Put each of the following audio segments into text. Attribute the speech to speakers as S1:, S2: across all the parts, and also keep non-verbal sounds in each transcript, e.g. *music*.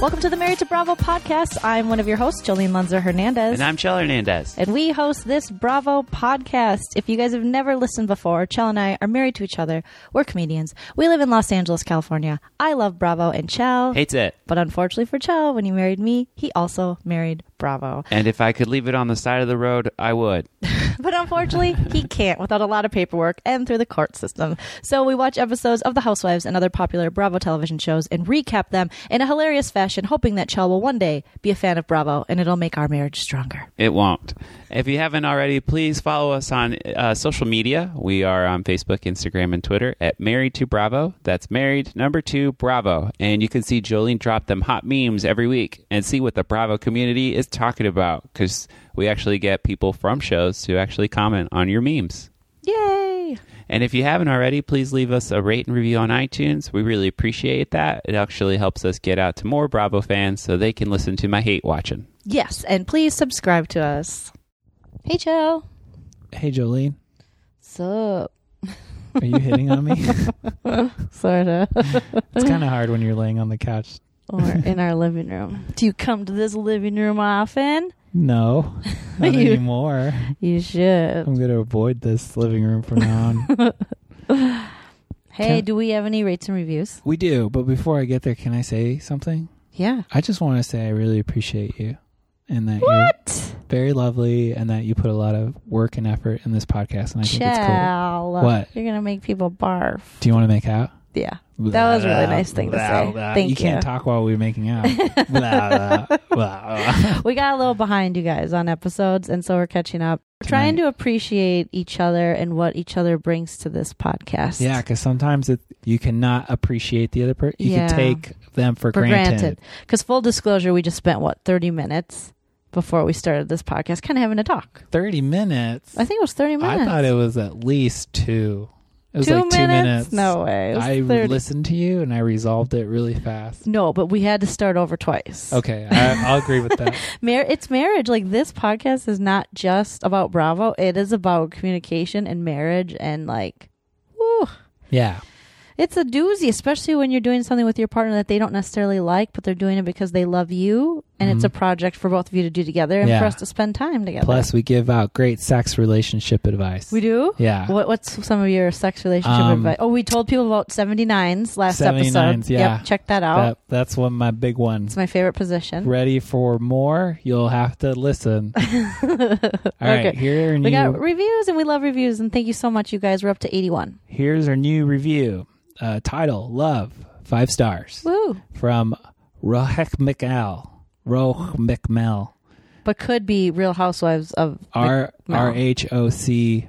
S1: Welcome to the Married to Bravo podcast. I'm one of your hosts, Jolene Lunzer Hernandez.
S2: And I'm Chell Hernandez.
S1: And we host this Bravo podcast. If you guys have never listened before, Chell and I are married to each other. We're comedians. We live in Los Angeles, California. I love Bravo and Chell.
S2: Hates it.
S1: But unfortunately for Chell, when he married me, he also married Bravo.
S2: And if I could leave it on the side of the road, I would.
S1: But unfortunately, *laughs* he can't without a lot of paperwork and through the court system. So we watch episodes of The Housewives and other popular Bravo television shows and recap them in a hilarious fashion, hoping that Chell will one day be a fan of Bravo and it'll make our marriage stronger.
S2: It won't. If you haven't already, please follow us on uh, social media. We are on Facebook, Instagram, and Twitter at Married to Bravo. That's Married Number Two Bravo. And you can see Jolene drop them hot memes every week and see what the Bravo community is talking about because we actually get people from shows to actually comment on your memes.
S1: Yay!
S2: And if you haven't already, please leave us a rate and review on iTunes. We really appreciate that. It actually helps us get out to more Bravo fans so they can listen to my hate watching.
S1: Yes, and please subscribe to us. Hey, Chell.
S3: Hey, Jolene,
S1: Sup?
S3: are you
S4: *laughs*
S3: hitting on me? it's
S4: sorta,
S3: kind of hard when you're laying on the couch.
S1: *laughs*
S4: or in our living room.
S1: Do you come to this living room often?
S3: *laughs* No, not
S4: You-
S3: anymore.
S4: You should.
S3: I'm going to avoid this living room from now *laughs* on.
S1: Hey,
S3: Can-
S1: do we have any rates and reviews?
S3: we do, but before I get there, can I say something?
S4: Yeah.
S3: I just want to say I really appreciate you and that
S1: What?
S3: you're very lovely and that you put a lot of work and effort in this podcast, and I think it's cool.
S4: Chell.
S3: What?
S4: You're gonna make people barf.
S3: Do you want to make out?
S4: Yeah. That was a really
S3: Blah,
S4: nice thing to
S3: blah,
S4: say.
S3: blah.
S4: Thank
S3: you
S4: you.
S3: can't talk while we're making out. *laughs* blah, blah, *laughs*
S4: *laughs*
S3: blah.
S4: We got a little behind you guys on episodes, and so we're catching up. We're trying
S3: Tonight.
S4: to appreciate each other and what each other brings to this podcast.
S3: Yeah, because sometimes it, you cannot appreciate the other person. You
S4: Yeah.
S3: can take them for,
S4: For
S3: granted.
S4: granted. Because full disclosure, we just spent what thirty minutes before we started this podcast, kind of having a talk.
S3: 30 minutes.
S4: I think it was thirty minutes.
S3: I thought it was at least two. It was
S4: two,
S3: like two
S4: minutes?
S3: minutes.
S4: No way. It was
S3: I
S4: 30.
S3: listened to you and I resolved it really
S4: *laughs*
S3: fast.
S4: No, but we had to start over twice.
S3: Okay, I, I'll agree with
S4: *laughs*
S3: that.
S4: Mar- it's marriage. Like this podcast is not just about Bravo. It is about communication and marriage and like, whew,
S3: Yeah.
S4: it's a doozy. Especially when you're doing something with your partner that they don't necessarily like, but they're doing it because they love you, and it's a project for both of you to do together and
S3: Mm-hmm. Yeah.
S4: for us to spend time together.
S3: Plus, we give out great sex relationship advice.
S4: we do.
S3: Yeah.
S4: What, what's some of your sex relationship
S3: Um,
S4: advice? Oh, we told people about 79s last episode.
S3: 79s, yeah.
S4: Yep, check that out.
S3: That, that's one my big one.
S4: It's my favorite position.
S3: Ready for more? You'll have to
S4: *laughs*
S3: listen. All right,
S4: Okay.
S3: here and
S4: We
S3: you.
S4: got reviews and we love reviews and thank you so much, you guys. We're up to eighty-one.
S3: Here's our new review. Uh, title Love, five stars.
S4: Woo!
S3: From Rohek McAl. Roch McMel.
S4: But could be Real Housewives of
S3: R
S4: Mc-
S3: R H O C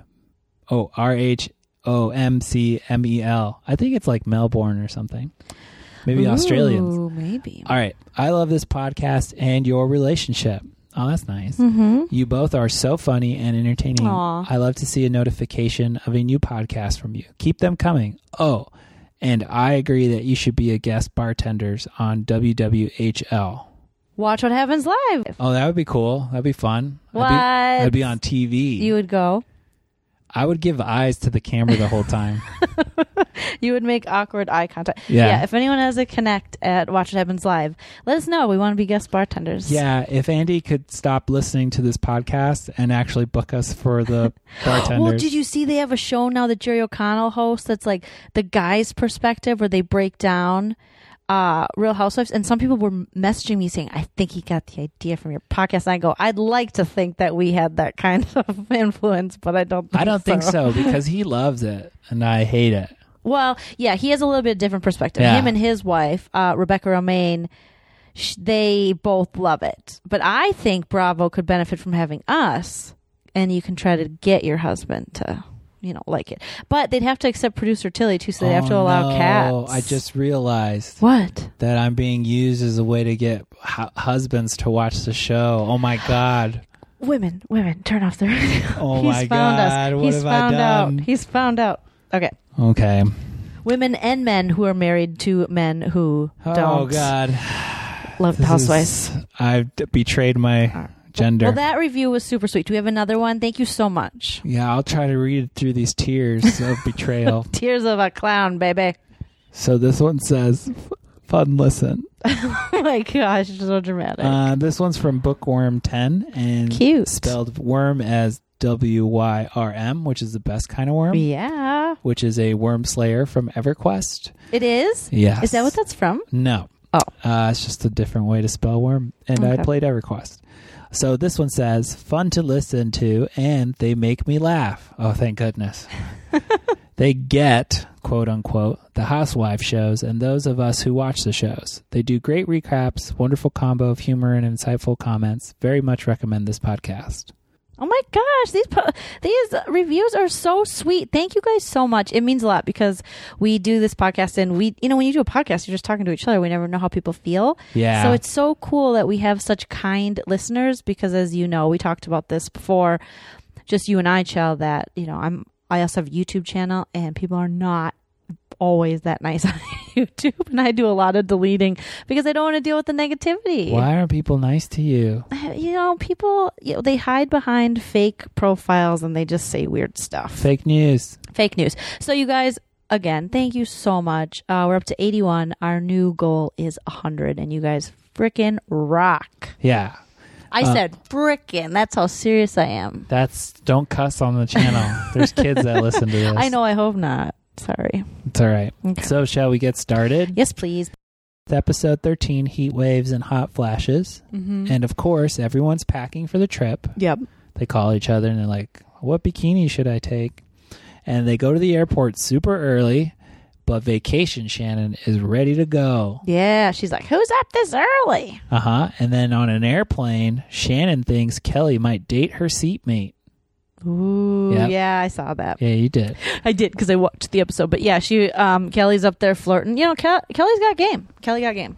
S3: O R H O M C M E L. I think it's like Melbourne or something. Maybe Australians.
S4: Ooh, Maybe.
S3: All right. I love this podcast and your relationship. Oh, that's nice.
S4: Mm-hmm.
S3: You both are so funny and entertaining.
S4: Aw.
S3: I love to see a notification of a new podcast from you. Keep them coming. Oh, and I agree that you should be a guest bartenders on WWHL.
S4: Watch what happens live.
S3: Oh, that would be cool. That'd be fun.
S4: What?
S3: I'd be, I'd be on TV.
S4: You would go.
S3: I would give eyes to the camera the
S4: *laughs*
S3: whole time.
S4: You would make awkward eye contact.
S3: Yeah.
S4: If anyone has a connect at Watch What Happens Live, let us know. We want to be guest bartenders.
S3: yeah, if Andy could stop listening to this podcast and actually book us for the bartenders.
S4: Well, did you see they have a show now that Jerry O'Connell hosts that's like the guy's perspective where they break down uh, Real Housewives? And some people were messaging me saying, I think he got the idea from your podcast. And I go, I'd like to think that we had that kind *laughs* of influence, but I don't think
S3: I don't
S4: *laughs*
S3: think so because he loves it and I hate it.
S4: Well, yeah, he has a little bit different perspective.
S3: Yeah.
S4: Him and his wife, uh, Rebecca Romaine, sh- they both love it. But I think Bravo could benefit from having us, and you can try to get your husband to, you know, like it. But they'd have to accept producer Tilly too, so they'd have to
S3: Oh,
S4: allow
S3: no.
S4: cats.
S3: I just realized
S4: what?
S3: that I'm being used as a way to get hu- husbands to watch the show. Oh my god.
S4: Women, women, turn off the radio.
S3: *laughs* Oh
S4: He's
S3: my
S4: found
S3: God,
S4: Us.
S3: what
S4: He's
S3: have I
S4: found
S3: done?
S4: out. He's found out. Okay,
S3: Okay.
S4: women and men who are married to men who
S3: Oh
S4: don't
S3: god.
S4: love
S3: This
S4: housewives.
S3: is- I've d- betrayed my gender.
S4: Well, that review was super sweet. Do we have another one? Thank you so much.
S3: yeah, I'll try to read through these tears
S4: *laughs*
S3: of betrayal.
S4: Tears of a clown, baby. *laughs*
S3: So this one says, "Fun listen.
S4: oh my gosh, it's so dramatic.
S3: Uh, this one's from Bookworm 10 and
S4: Cute.
S3: spelled worm as W Y R M, which is the best kind of worm,
S4: yeah,
S3: which is a worm slayer from EverQuest.
S4: it is.
S3: Yes.
S4: Is that what that's from?
S3: No.
S4: Oh.
S3: Uh, it's just a different way to spell worm. And I
S4: Okay.
S3: played EverQuest. So this one says, fun to listen to, and they make me laugh. Oh,
S4: *laughs*
S3: thank goodness. they get, quote unquote, the housewife shows and those of us who watch the shows. They do great recaps, wonderful combo of humor and insightful comments. Very much recommend this podcast.
S4: Oh my gosh, these po- these reviews are so sweet. Thank you guys so much. It means a lot because we do this podcast and we you know when you do a podcast, you're just talking to each other. We never know how people feel.
S3: Yeah.
S4: So it's so cool that we have such kind listeners because as you know, we talked about this before just you and I Chell that, you know, I'm I also have a YouTube channel and people are not always that nice *laughs* on YouTube and I do a lot of deleting because I don't want to deal with the negativity
S3: Why aren't people nice to you?
S4: *sighs* you know, people you know, they hide behind fake profiles and they just say weird stuff.
S3: Fake news.
S4: Fake news. So you guys, again, thank you so much. Uh, we're up to 81. Our new goal is 100 and you guys freaking rock.
S3: Yeah.
S4: I
S3: Uh,
S4: said frickin'. That's how serious I am.
S3: That's don't cuss on the channel.
S4: *laughs*
S3: There's kids that listen to this.
S4: I know I hope not. Sorry.
S3: It's all right.
S4: Okay.
S3: So shall we get started?
S4: Yes, please.
S3: With episode 13 heat waves and hot flashes. And of course, everyone's packing for the trip.
S4: Mm-hmm. Yep.
S3: They call each other and they're like, "What bikini should I take?" And they go to the airport super early, but vacation Shannon is ready to go.
S4: Yeah, she's like, "Who's up this early?"
S3: Uh-huh. And then on an airplane, Shannon thinks Kelly might date her seatmate.
S4: Ooh,
S3: Yep.
S4: yeah, I saw that.
S3: Yeah, you did.
S4: I did because I watched the episode. But yeah, she um Kelly's up there flirting. You know, Kel- Kelly's got game. Kelly got game.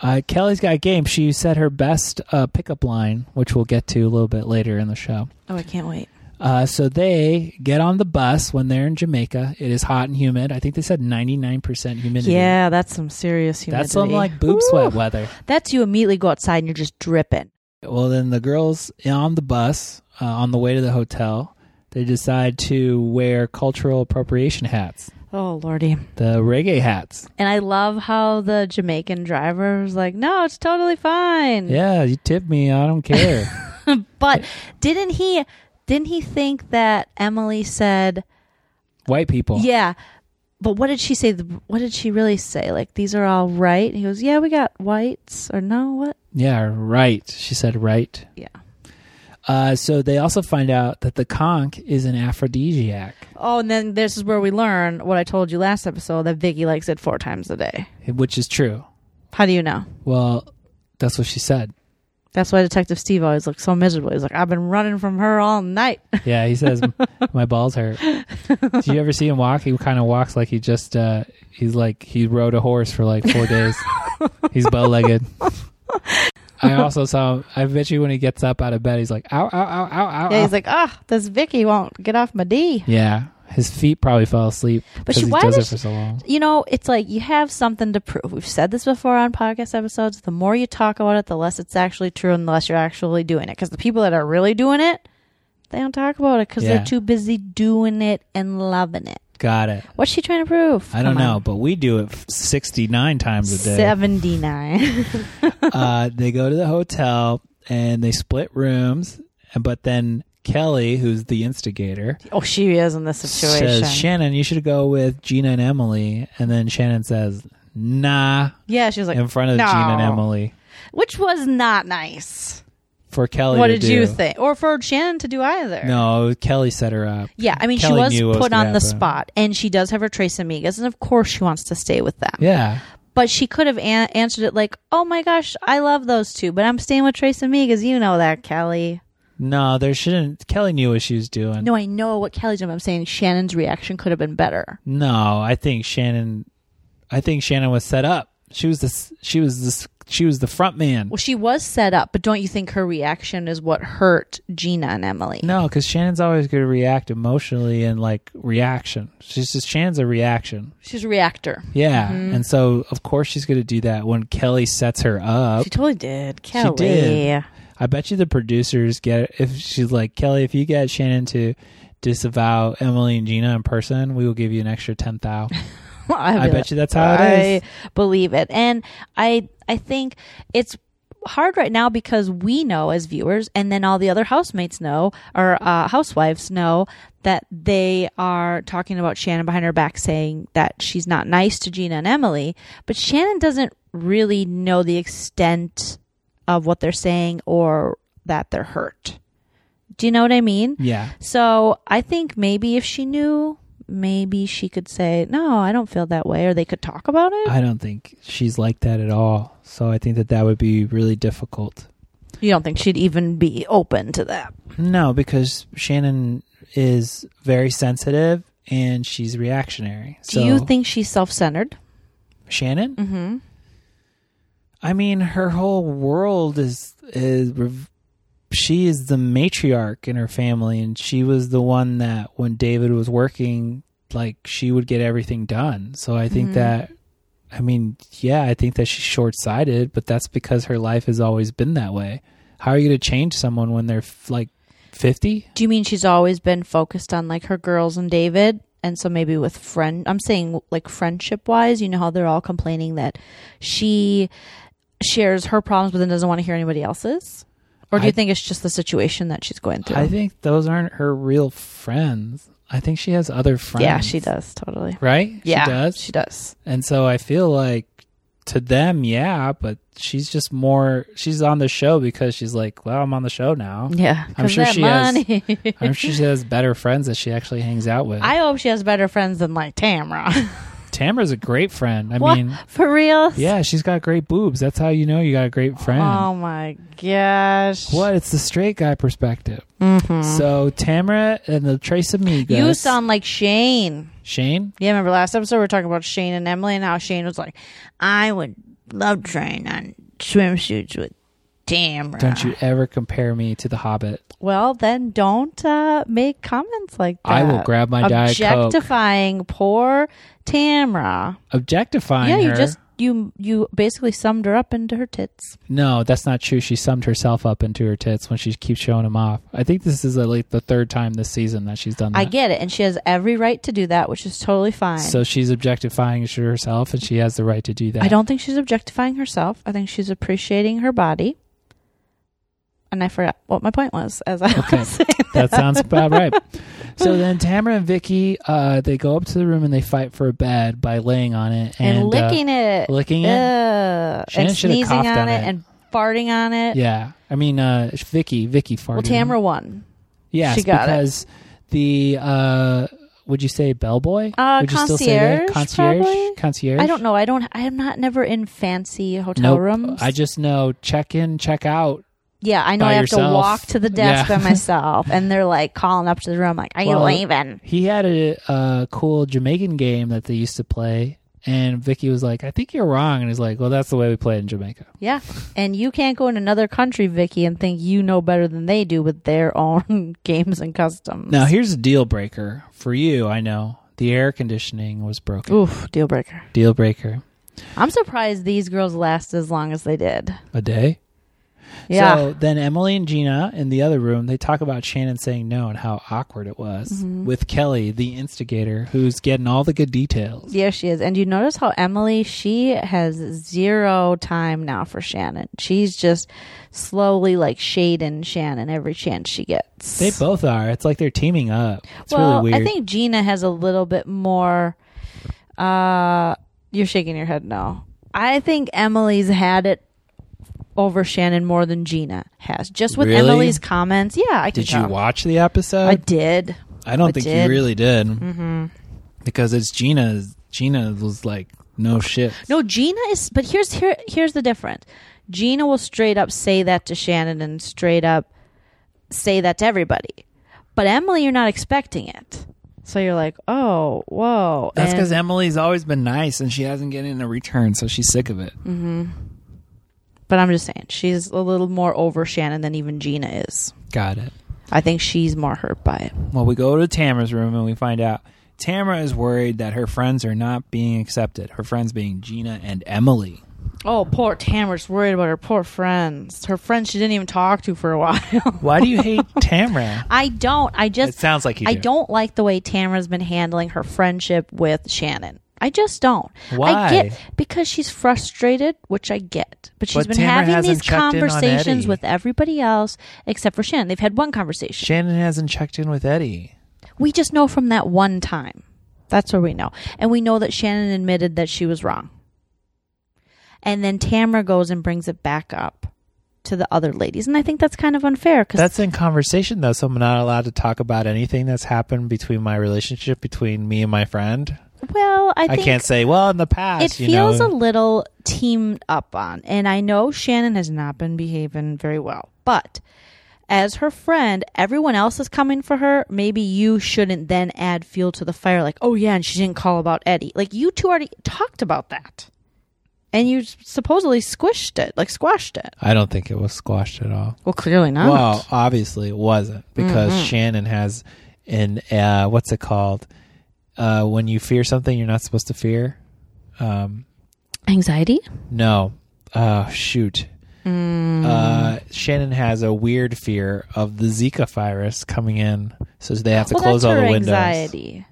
S3: Uh, Kelly's got game. She said her best uh, pickup line, which we'll get to a little bit later in the show.
S4: Oh, I can't wait.
S3: Uh, so they get on the bus when they're in Jamaica. It is hot and humid. I think they said 99% humidity.
S4: Yeah, that's some serious humidity.
S3: That's some like boob
S4: Ooh.
S3: sweat weather.
S4: That's you immediately go outside and you're just dripping.
S3: Well, then the girls on the bus uh, on the way to the hotel, they decide to wear cultural appropriation hats,
S4: Oh lordy!
S3: the reggae hats.
S4: And I love how the Jamaican driver was like, "No, it's totally fine."
S3: Yeah, you tip me. I don't
S4: *laughs*
S3: care.
S4: But didn't he? Didn't he think that Emily said,
S3: White people.
S4: "Yeah"? But what did she say? What did she really say? Like these are all right. And he goes, "Yeah, we got whites or no what?"
S3: Yeah, right. She said right.
S4: Yeah.
S3: Uh, so they also find out that the conch is an aphrodisiac,
S4: Oh, and then this is where we learn what I told you last episode that Vicky likes it four times a day.
S3: which is true.
S4: How do you know?
S3: Well, that's what she said.
S4: That's why Detective Steve always looks so miserable. He's like, I've been running from her all night. *laughs*
S3: Yeah, he says *laughs* my balls hurt. Did you ever see him walk? He kind of walks like he just uh, he's like he rode a horse for like four days. he's
S4: *laughs*
S3: bow legged. I also saw. Him, I bet you when he gets up out of bed, he's like ow ow ow ow ow.
S4: Yeah,
S3: ow.
S4: he's like, ah, this Vicky won't get off my D.
S3: yeah. His feet probably fell asleep
S4: But
S3: because
S4: she,
S3: he
S4: why
S3: does it
S4: does
S3: for so long.
S4: you know, it's like you have something to prove. We've said this before on podcast episodes. The more you talk about it, the less it's actually true and the less you're actually doing it. Because the people that are really doing it, they don't talk about it because
S3: Yeah.
S4: they're too busy doing it and loving it.
S3: Got it.
S4: What's she trying to prove?
S3: I don't
S4: Come
S3: know,
S4: on.
S3: but we do it sixty nine times a day.
S4: 79.
S3: *laughs* uh, they go to the hotel and they split rooms, and but then Kelly, who's the instigator,
S4: *laughs* oh, she is in this situation.
S3: says Shannon, you should go with Gina and Emily, and then Shannon says Nah
S4: yeah, she was like,
S3: in front of
S4: "No."
S3: Gina and Emily
S4: which was not nice.
S3: for Kelly.
S4: what
S3: to
S4: did
S3: do.
S4: you think? Or for Shannon to do either.
S3: No, Kelly set her up.
S4: Yeah, I mean,
S3: Kelly
S4: she
S3: knew what
S4: was
S3: was
S4: put
S3: gonna
S4: on the
S3: happen.
S4: spot, and she does have her trace amigas, and of course she wants to stay with them.
S3: Yeah,
S4: But she could have an- answered it like, "Oh my gosh, I love those two, but I'm staying with trace amigas. You know that, Kelly."
S3: no, there shouldn't. Kelly knew what she was doing.
S4: No, I know what Kelly's doing. but I'm saying Shannon's reaction could have been better.
S3: No, I think Shannon. I think Shannon was set up. She was the s- she was the s- she was the front man.
S4: Well, she was set up, but don't you think her reaction is what hurt Gina and Emily?
S3: No, because Shannon's always going to react emotionally and like reaction. She's just Shannon's a reaction.
S4: She's a reactor.
S3: Yeah,
S4: Mm-hmm.
S3: and so of course she's going to do that when Kelly sets her up.
S4: She totally did.
S3: She
S4: Kelly. *laughs*
S3: did. I bet you the producers get if she's like Kelly, if you get Shannon to disavow Emily and Gina in person, we will give you an extra ten thou.
S4: *laughs* I'd be
S3: I bet
S4: like,
S3: you that's how it is.
S4: I believe it, and I I think it's hard right now because we know as viewers, and then all the other housemates know or uh, housewives know that they are talking about Shannon behind her back, saying that she's not nice to Gina and Emily, but Shannon doesn't really know the extent of what they're saying or that they're hurt. Do you know what I mean?
S3: Yeah.
S4: So I think maybe if she knew, maybe she could say, "No, I don't feel that way," or they could talk about it.
S3: I don't think she's like that at all. So I think that that would be really difficult.
S4: you don't think she'd even be open to that?
S3: No, because Shannon is very sensitive and she's reactionary.
S4: Do
S3: so
S4: you think she's self-centered?
S3: Shannon?
S4: Mm-hmm.
S3: I mean, her whole world is is rev- she is the matriarch in her family, and she was the one that when David was working, like she would get everything done. So I
S4: Mm-hmm.
S3: think that, I mean, yeah, I think that she's short sighted, but that's because her life has always been that way. How are you going to change someone when they're f- like fifty?
S4: Do you mean she's always been focused on like her girls and David? And so maybe with friend, I'm saying like friendship wise, you know how they're all complaining that she shares her problems, but then doesn't want to hear anybody else's. Or do
S3: I-
S4: you think it's just the situation that she's going through?
S3: I think those aren't her real friends. I think she has other friends.
S4: yeah, she does totally.
S3: Right?
S4: yeah,
S3: she does.
S4: She does.
S3: And so I feel like to them, yeah, but she's just more, she's on the show because she's like, well, I'm on the show now.
S4: Yeah,
S3: I'm
S4: 'cause
S3: sure
S4: that
S3: she has-
S4: money.
S3: I'm sure she has better friends that she actually hangs out
S4: *laughs*
S3: with.
S4: I hope she has better friends than like Tamra. *laughs*
S3: Tamara's a great friend. I
S4: What?
S3: mean,
S4: For real?
S3: yeah, she's got great boobs. That's how you know you got a great friend.
S4: Oh my gosh. Mm-hmm.
S3: what? It's the straight guy perspective. So Tamara and the Trace Amigos.
S4: You sound like Shane.
S3: Shane.
S4: Yeah, remember last episode we were talking about Shane and Emily and how Shane was like, I would love trying on uh, swimsuits with Tamra.
S3: Don't you ever compare me to the Hobbit?
S4: Well, then don't uh, make comments like that.
S3: I will grab my Diet Coke.
S4: Objectifying poor Tamra.
S3: Objectifying
S4: yeah, you
S3: her.
S4: just you you basically summed her up into her tits.
S3: No, that's not true. She summed herself up into her tits when she keeps showing them off. I think this is uh, like the third time this season that she's done that.
S4: I get it, and she has every right to do that, which is totally fine.
S3: So she's objectifying herself, and she has the right to do that.
S4: I don't think she's objectifying herself. I think she's appreciating her body. And I forgot what my point was as I
S3: Okay.
S4: was saying.
S3: *laughs* That sounds about right. So then Tamara and Vicky, uh, they go up to the room and they fight for a bed by laying on it
S4: *laughs* And,
S3: and, uh,
S4: licking it. Uh,
S3: licking it.
S4: Ugh.
S3: Shannon
S4: and
S3: should have
S4: sneezing
S3: coughed
S4: on,
S3: on
S4: it,
S3: it.
S4: and farting on it.
S3: yeah, I mean uh, Vicky, Vicky farted.
S4: well, Tamara won.
S3: yes,
S4: she got it.
S3: because the uh, would you say bellboy?
S4: Uh,
S3: would you still say that?
S4: concierge,
S3: concierge,
S4: probably?
S3: concierge?
S4: I don't know. I don't. I am not never in fancy hotel
S3: Nope.
S4: rooms.
S3: I just know check in, check out.
S4: yeah, I know.
S3: by
S4: I have
S3: yourself.
S4: to walk to the desk
S3: *laughs* Yeah.
S4: by myself, and they're like calling up to the room, like, "Are
S3: Well,
S4: you leaving?"
S3: He had a, a cool Jamaican game that they used to play, and Vicky was like, "I think you're wrong," and he's like, "Well, that's the way we play it in Jamaica."
S4: Yeah. And you can't go in another country, Vicky, and think you know better than they do with their *laughs* own games and customs.
S3: Now here's a deal breaker for you. I know the air conditioning was broken.
S4: Oof, deal breaker.
S3: Deal breaker.
S4: I'm surprised these girls lasted as long as they did.
S3: A day.
S4: Yeah.
S3: So then Emily and Gina in the other room, they talk about Shannon saying no and how awkward it was with Kelly, the instigator, who's getting all the good details.
S4: yeah, she is. And you notice how Emily, she has zero time now for Shannon. She's just slowly like shading Shannon every chance she gets.
S3: They both are. It's like they're teaming up. It's
S4: well,
S3: really weird.
S4: I think Gina has a little bit more. Uh, you're shaking your head no. I think Emily's had it over Shannon more than Gina has. Just with
S3: Really?
S4: Emily's comments, yeah, I can
S3: Did you
S4: tell.
S3: watch the episode?
S4: I did.
S3: I don't
S4: I
S3: think
S4: did.
S3: you really did,
S4: Mm-hmm.
S3: because it's Gina's. Gina was like, "No shit."
S4: No, Gina is. But here's here here's the difference. Gina will straight up say that to Shannon and straight up say that to everybody. But Emily, you're not expecting it, so you're like, oh, whoa.
S3: That's
S4: And-
S3: because Emily's always been nice, and she hasn't gotten a return, so she's sick of it.
S4: Mm. But I'm just saying, she's a little more over Shannon than even Gina is.
S3: Got it.
S4: I think she's more hurt by it.
S3: Well, we go to Tamara's room and we find out Tamara is worried that her friends are not being accepted. Her friends being Gina and Emily.
S4: Oh, poor Tamara's worried about her poor friends. Her friends she didn't even talk to for a *laughs* while.
S3: Why do
S4: *laughs*
S3: you hate Tamara?
S4: I don't. I just
S3: It sounds like you
S4: I
S3: do.
S4: not like the way Tamara's been handling her friendship with Shannon. I just don't.
S5: Why?
S4: I get because she's frustrated, which I get. But she's been
S3: But Tamara
S4: having
S3: hasn't
S4: these
S3: checked in on
S4: conversations
S3: Eddie.
S4: with everybody else except for Shannon. They've had one conversation.
S3: Shannon hasn't checked in with Eddie.
S4: we just know from that one time. That's what we know. And we know that Shannon admitted that she was wrong. And then Tamara goes and brings it back up to the other ladies. And I think that's kind of unfair because
S3: That's in conversation though, so I'm not allowed to talk about anything that's happened between my relationship between me and my friend.
S4: well, I
S3: I,
S4: think
S3: can't say, well, in the past,
S4: it
S3: you
S4: feels
S3: know,
S4: a little teamed up on. And I know Shannon has not been behaving very well, but as her friend, everyone else is coming for her. Maybe you shouldn't then add fuel to the fire, like, oh yeah, and she didn't call about Eddie. Like you two already talked about that, and you supposedly squished it, like squashed it.
S3: I don't think it was squashed at all.
S4: Well, clearly not.
S3: Well, obviously it wasn't because Shannon has an uh, what's it called? Uh, when you fear something you're not supposed to fear. Um,
S4: Anxiety.
S3: no, uh, shoot.
S4: Mm.
S3: Uh, Shannon has a weird fear of the Zika virus coming in, so they have to
S4: well,
S3: close
S4: that's
S3: all
S4: her
S3: the windows.
S4: anxiety.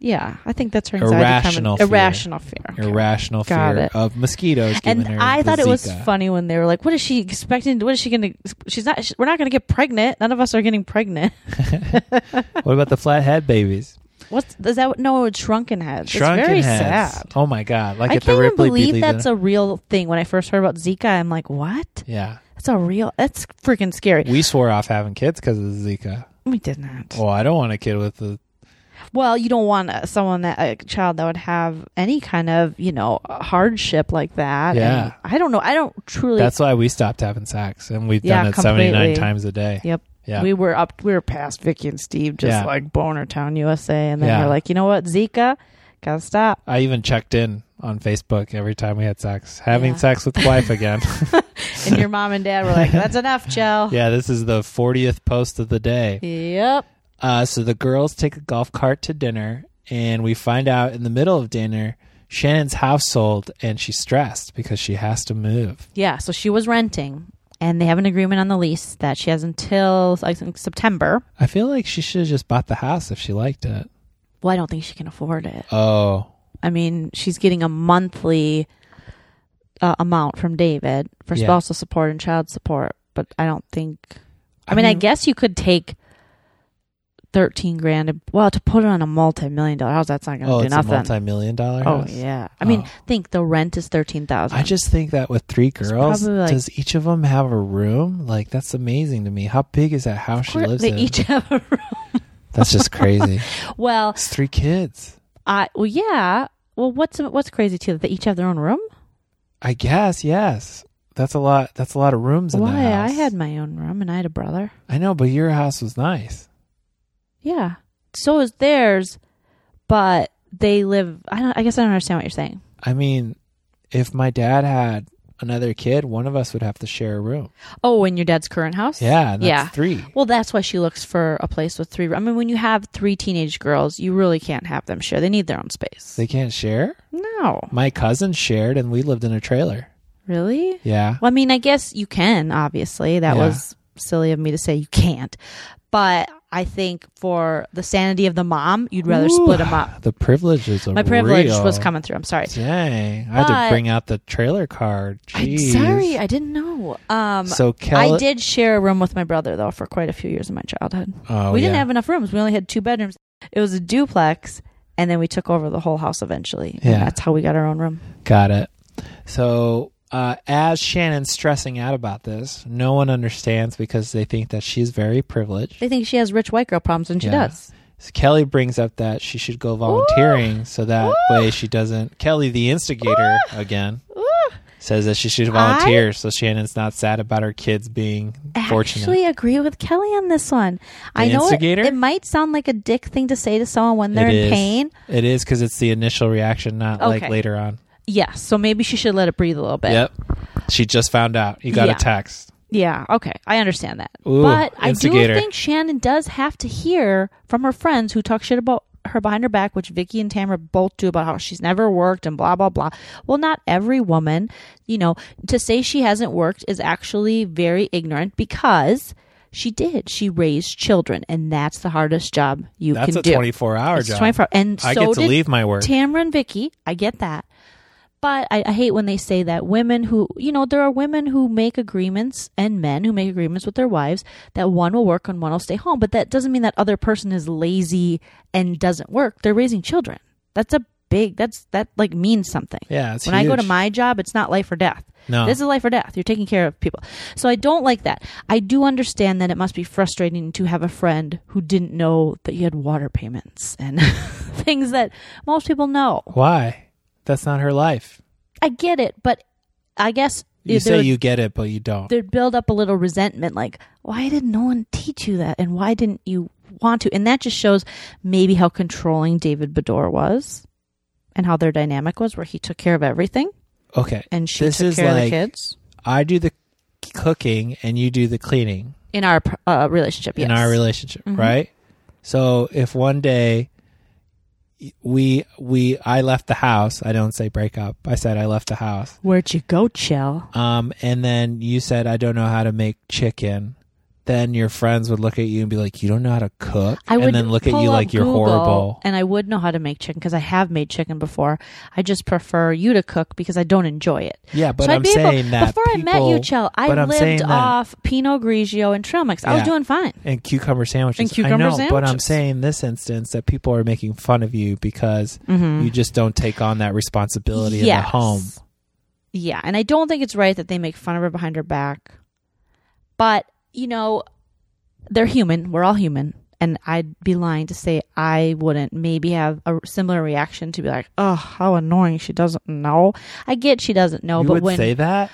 S4: Yeah, I think that's her anxiety.
S3: Irrational
S4: coming-
S3: fear.
S4: Irrational fear. Okay.
S3: Irrational
S4: Got
S3: fear
S4: it.
S3: of mosquitoes.
S4: and
S3: giving her
S4: I
S3: the
S4: thought it was
S3: Zika.
S4: funny when they were like, "What is she expecting? What is she going to? She's not. She, we're not going to get pregnant. None of us are getting pregnant. *laughs*
S3: What about the flathead babies?
S4: What's is that? No, it's shrunken heads.
S3: Shrunken
S4: it's very
S3: heads.
S4: sad.
S3: Oh my god! Like
S4: I
S3: at the
S4: can't even
S3: Ripley
S4: believe
S3: Beatley
S4: that's
S3: dinner.
S4: a real thing. When I first heard about Zika, I'm like, "What?
S3: yeah.
S4: That's a real. That's freaking scary."
S3: We swore off having kids because of the Zika.
S4: We did not.
S3: Well, I don't want a kid with the.
S4: Well, you don't want uh, someone that a child that would have any kind of you know hardship like that.
S3: Yeah.
S4: And I don't know. I don't truly.
S3: That's why we stopped having sex, and we've
S4: Yeah,
S3: done it seventy nine
S4: completely.
S3: times a day.
S4: Yep.
S3: Yeah.
S4: We were up. We were past Vicky and Steve, just
S3: Yeah.
S4: like Boner Town, USA, and then
S3: Yeah.
S4: we're like, you know what, Zika, gotta stop.
S3: I even checked in on Facebook every time we had sex, having
S4: Yeah.
S3: sex with
S4: *laughs*
S3: wife again. *laughs*
S4: And your mom and dad were like, that's enough, Joe.
S3: yeah, this is the fortieth post of the day.
S4: Yep.
S3: Uh, so the girls take a golf cart to dinner, and we find out in the middle of dinner, Shannon's house sold, and she's stressed because she has to move.
S4: Yeah. So she was renting, and they have an agreement on the lease that she has until I think September.
S3: I feel like she should have just bought the house if she liked it.
S4: Well, I don't think she can afford it.
S3: Oh,
S4: I mean, she's getting a monthly uh, amount from David for
S3: Yeah.
S4: spousal support and child support, but I don't think. I,
S3: Mm-hmm.
S4: mean, I guess you could take thirteen grand. And, well, to put it on a multi-million dollar house, that's not going to
S3: oh,
S4: do
S3: it's
S4: nothing.
S3: a multi-million dollar.
S4: oh
S3: house.
S4: yeah, I mean,
S3: Oh.
S4: think the rent is thirteen thousand.
S3: I just think that with three girls,
S4: probably like-
S3: does each of them have a room? Like that's amazing to me. How big is that house she lives
S4: they
S3: in?
S4: each have a room. *laughs*
S3: that's just crazy.
S4: Well,
S3: it's three kids.
S4: I well yeah. Well, what's what's crazy too? That they each have their own room.
S3: I guess yes. That's a lot. That's a lot of rooms in
S4: Why?
S3: that house.
S4: I had my own room and I had a brother.
S3: I know, but your house was nice.
S4: Yeah. So is theirs, but they live. I don't. I guess I don't understand what you're saying.
S3: I mean, if my dad had another kid, one of us would have to share a room.
S4: Oh, in your dad's current house.
S3: Yeah, and that's
S4: yeah.
S3: three.
S4: Well, that's why she looks for a place with three. I mean, when you have three teenage girls, you really can't have them share. They need their own space.
S3: They can't share.
S4: no,
S3: My cousin shared, and we lived in a trailer.
S4: really.
S3: Yeah.
S4: Well, I mean, I guess you can, obviously. That
S3: Yeah.
S4: was silly of me to say you can't. But I think for the sanity of the mom, you'd rather
S3: Ooh,
S4: split 'em split them
S3: *sighs*
S4: up.
S3: The privilege is a
S4: My privilege
S3: real-
S4: was coming through. I'm sorry.
S3: Dang, I had
S4: But-
S3: to bring out the trailer card.
S4: I'm
S3: Jeez.
S4: sorry. I didn't know. Um,
S3: so Kelly,
S4: I did share a room with my brother, though, for quite a few years in my childhood.
S3: Oh,
S4: we didn't
S3: yeah.
S4: have enough rooms. We only had two bedrooms. It was a duplex, and then we took over the whole house eventually. And
S3: Yeah.
S4: That's how we got our own room.
S3: Got it. So, uh, as Shannon's stressing out about this, no one understands because they think that she's very privileged.
S4: They think she has rich white girl problems, and she
S3: Yeah.
S4: does.
S3: So Kelly brings up that she should go volunteering so that
S4: Ooh.
S3: way she doesn't. Kelly, the instigator, again,
S4: Ooh.
S3: says that she should volunteer so Shannon's not sad about her kids being fortunate.
S4: actually agree with Kelly on this one. I
S3: The
S4: know it,
S3: instigator?
S4: it might sound like a dick thing to say to someone when they're
S3: It
S4: in
S3: is.
S4: pain.
S3: It is because it's the initial reaction, not like
S4: Okay.
S3: later on.
S4: Yes, so maybe she should let it breathe a little bit.
S3: Yep. She just found out. You got
S4: Yeah.
S3: a text.
S4: Yeah, okay. I understand that.
S3: Ooh,
S4: but I
S3: instigator.
S4: do think Shannon does have to hear from her friends who talk shit about her behind her back, which Vicky and Tamara both do about how she's never worked and blah blah blah. Well, not every woman, you know, to say she hasn't worked is actually very ignorant because She did. She raised children, and that's the hardest job you
S3: That's
S4: can
S3: a
S4: do.
S3: 24 hour
S4: It's
S3: job.
S4: 24 and
S3: I
S4: so
S3: get to
S4: did
S3: leave my work.
S4: Tamra and Vicky, I get that. But I, I hate when they say that women who, you know, there are women who make agreements and men who make agreements with their wives that one will work and one will stay home. But that doesn't mean that other person is lazy and doesn't work. They're raising children. That's a big, that's, that like means something.
S3: Yeah, it's
S4: When I go to
S3: huge.
S4: my job, it's not life or death.
S3: No.
S4: This is life or death. You're taking care of people. So I don't like that. I do understand that it must be frustrating to have a friend who didn't know that you had water payments and *laughs* things that most people know.
S3: Why? That's not her life.
S4: I get it, but I guess
S3: You
S4: there
S3: say
S4: would-
S3: you get it, but you don't.
S4: there'd build up a little resentment like, why didn't no one teach you that? And why didn't you want to? And that just shows maybe how controlling David Bador was and how their dynamic was, where he took care of everything
S3: Okay.
S4: and she
S3: This
S4: took
S3: is
S4: care of the
S3: like-
S4: kids.
S3: I do the cooking and you do the cleaning
S4: in our uh, relationship. Yes. Mm-hmm.
S3: in our relationship, right? So if one day we we I left the house, I don't say break up. I said I left the house.
S4: Where'd you go, Chill?
S3: Um and then you said I don't know how to make chicken. Then your friends would look at you and be like, "You don't know how to cook,"
S4: I would
S3: and then look at
S4: pull
S3: you
S4: up
S3: like you're
S4: Google,
S3: horrible.
S4: And I would know how to make chicken because I have made chicken before. I just prefer you to cook because I don't enjoy it.
S3: Yeah, but
S4: so I'd
S3: I'm
S4: be able-
S3: saying that
S4: before I met you,
S3: people-
S4: Chell, I
S3: but I'm saying
S4: lived
S3: that-
S4: off Pinot Grigio and trail mix. I was
S3: Yeah.
S4: doing fine.
S3: and cucumber sandwiches.
S4: And cucumber
S3: I know, but I'm
S4: sandwiches.
S3: saying in this instance that people are making fun of you because you just don't take on that responsibility
S4: Mm-hmm.
S3: in
S4: Yes.
S3: the home.
S4: Yeah, and I don't think it's right that they make fun of her behind her back. But, you know, they're human. We're all human. And I'd be lying to say I wouldn't maybe have a similar reaction to be like, oh, how annoying. She doesn't know. I get she doesn't know,
S3: you
S4: but
S3: would
S4: when.
S3: say that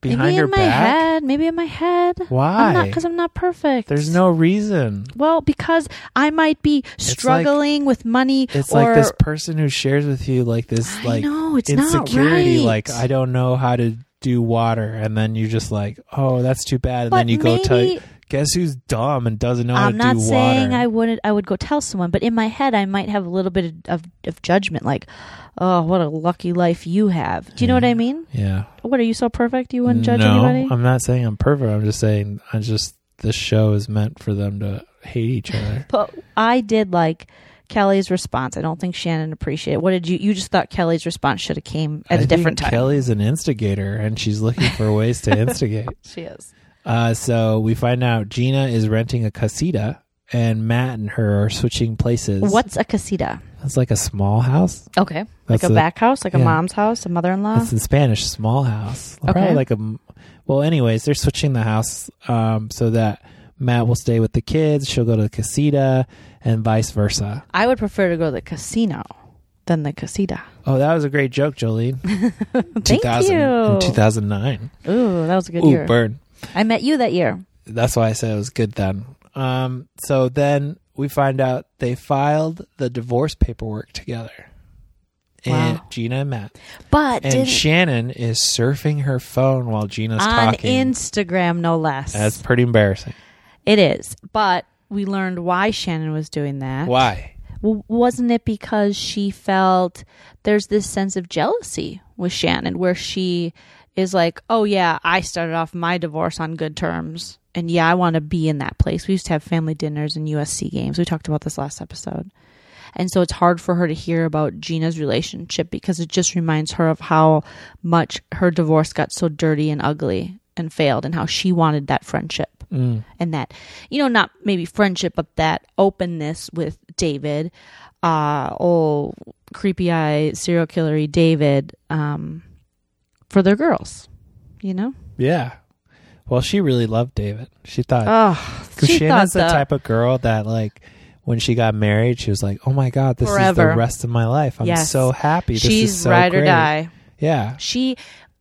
S3: behind
S4: maybe
S3: her
S4: in my
S3: back.
S4: head. Maybe in my head.
S3: Why?
S4: Because I'm, not perfect.
S3: There's no reason.
S4: Well, because I might be
S3: like-
S4: struggling with money
S3: It's
S4: or
S3: like this person who shares with you like this
S4: I
S3: like
S4: know, it's not
S3: insecurity.
S4: right.
S3: Like I don't know how to do water, and then you're just like, oh, that's too bad. And
S4: But
S3: then you go
S4: maybe-
S3: to guess who's dumb and doesn't know how
S4: I'm
S3: to
S4: not
S3: do
S4: saying
S3: water.
S4: I wouldn't. I would go tell someone, but in my head, I might have a little bit of, of judgment, like, "Oh, what a lucky life you have." Do you know what I mean?
S3: yeah.
S4: What are you so perfect? You wouldn't judge
S3: Mm. no,
S4: anybody.
S3: I'm not saying I'm perfect. I'm just saying I just this show is meant for them to hate each other.
S4: but I did like Kelly's response. I don't think Shannon appreciated. it. What did you? You just thought Kelly's response should have came *laughs* at
S3: I
S4: a different time.
S3: think Kelly's an instigator, and she's looking for ways
S4: *laughs*
S3: to instigate.
S4: she is.
S3: Uh, so we find out Gina is renting a casita, and Matt and her are switching places.
S4: What's a casita?
S3: That's like a small house.
S4: Okay, like
S3: That's
S4: a
S3: a-
S4: back house, like a
S3: yeah.
S4: mom's house, a mother-in-law.
S3: It's in Spanish, small house.
S4: Uh-huh. Okay.
S3: Probably like a. m- Well, anyways, they're switching the house um, so that Matt will stay with the kids. She'll go to the casita, and vice versa.
S4: I would prefer to go to the casino than the casita.
S3: Oh, that was a great joke, Jolene.
S4: *laughs* Thank
S3: 2000
S4: you.
S3: In 2009.
S4: Ooh, that was a good
S3: Ooh,
S4: year.
S3: burn.
S4: I met you that year.
S3: That's why I said it was good then. Um, so then we find out they filed the divorce paperwork together. And
S4: Wow.
S3: Gina and Matt.
S4: But
S3: And
S4: didn't
S3: Shannon is surfing her phone while Gina's
S4: on
S3: talking.
S4: Instagram, no less.
S3: That's pretty embarrassing.
S4: it is, but we learned why Shannon was doing that.
S3: Why?
S4: W- wasn't it because she felt there's this sense of jealousy with Shannon, where she is like, "Oh yeah, I started off my divorce on good terms, and yeah, I want to be in that place." We used to have family dinners and USC games. We talked about this last episode. And so it's hard for her to hear about Gina's relationship because it just reminds her of how much her divorce got so dirty and ugly and failed and how she wanted that friendship. And that, you know, not maybe friendship, but that openness with David, uh, old creepy eye serial killery David, um, for their girls, you know?
S3: Yeah. Well, she really loved David. She thought
S4: Oh,
S3: Because Shannon's the type of girl that like when she got married, she was like, "Oh my god, this is
S4: Forever.
S3: the rest of my life. I'm
S4: Yes.
S3: so happy. This
S4: she's
S3: is so
S4: ride or
S3: great."
S4: die.
S3: Yeah,
S4: she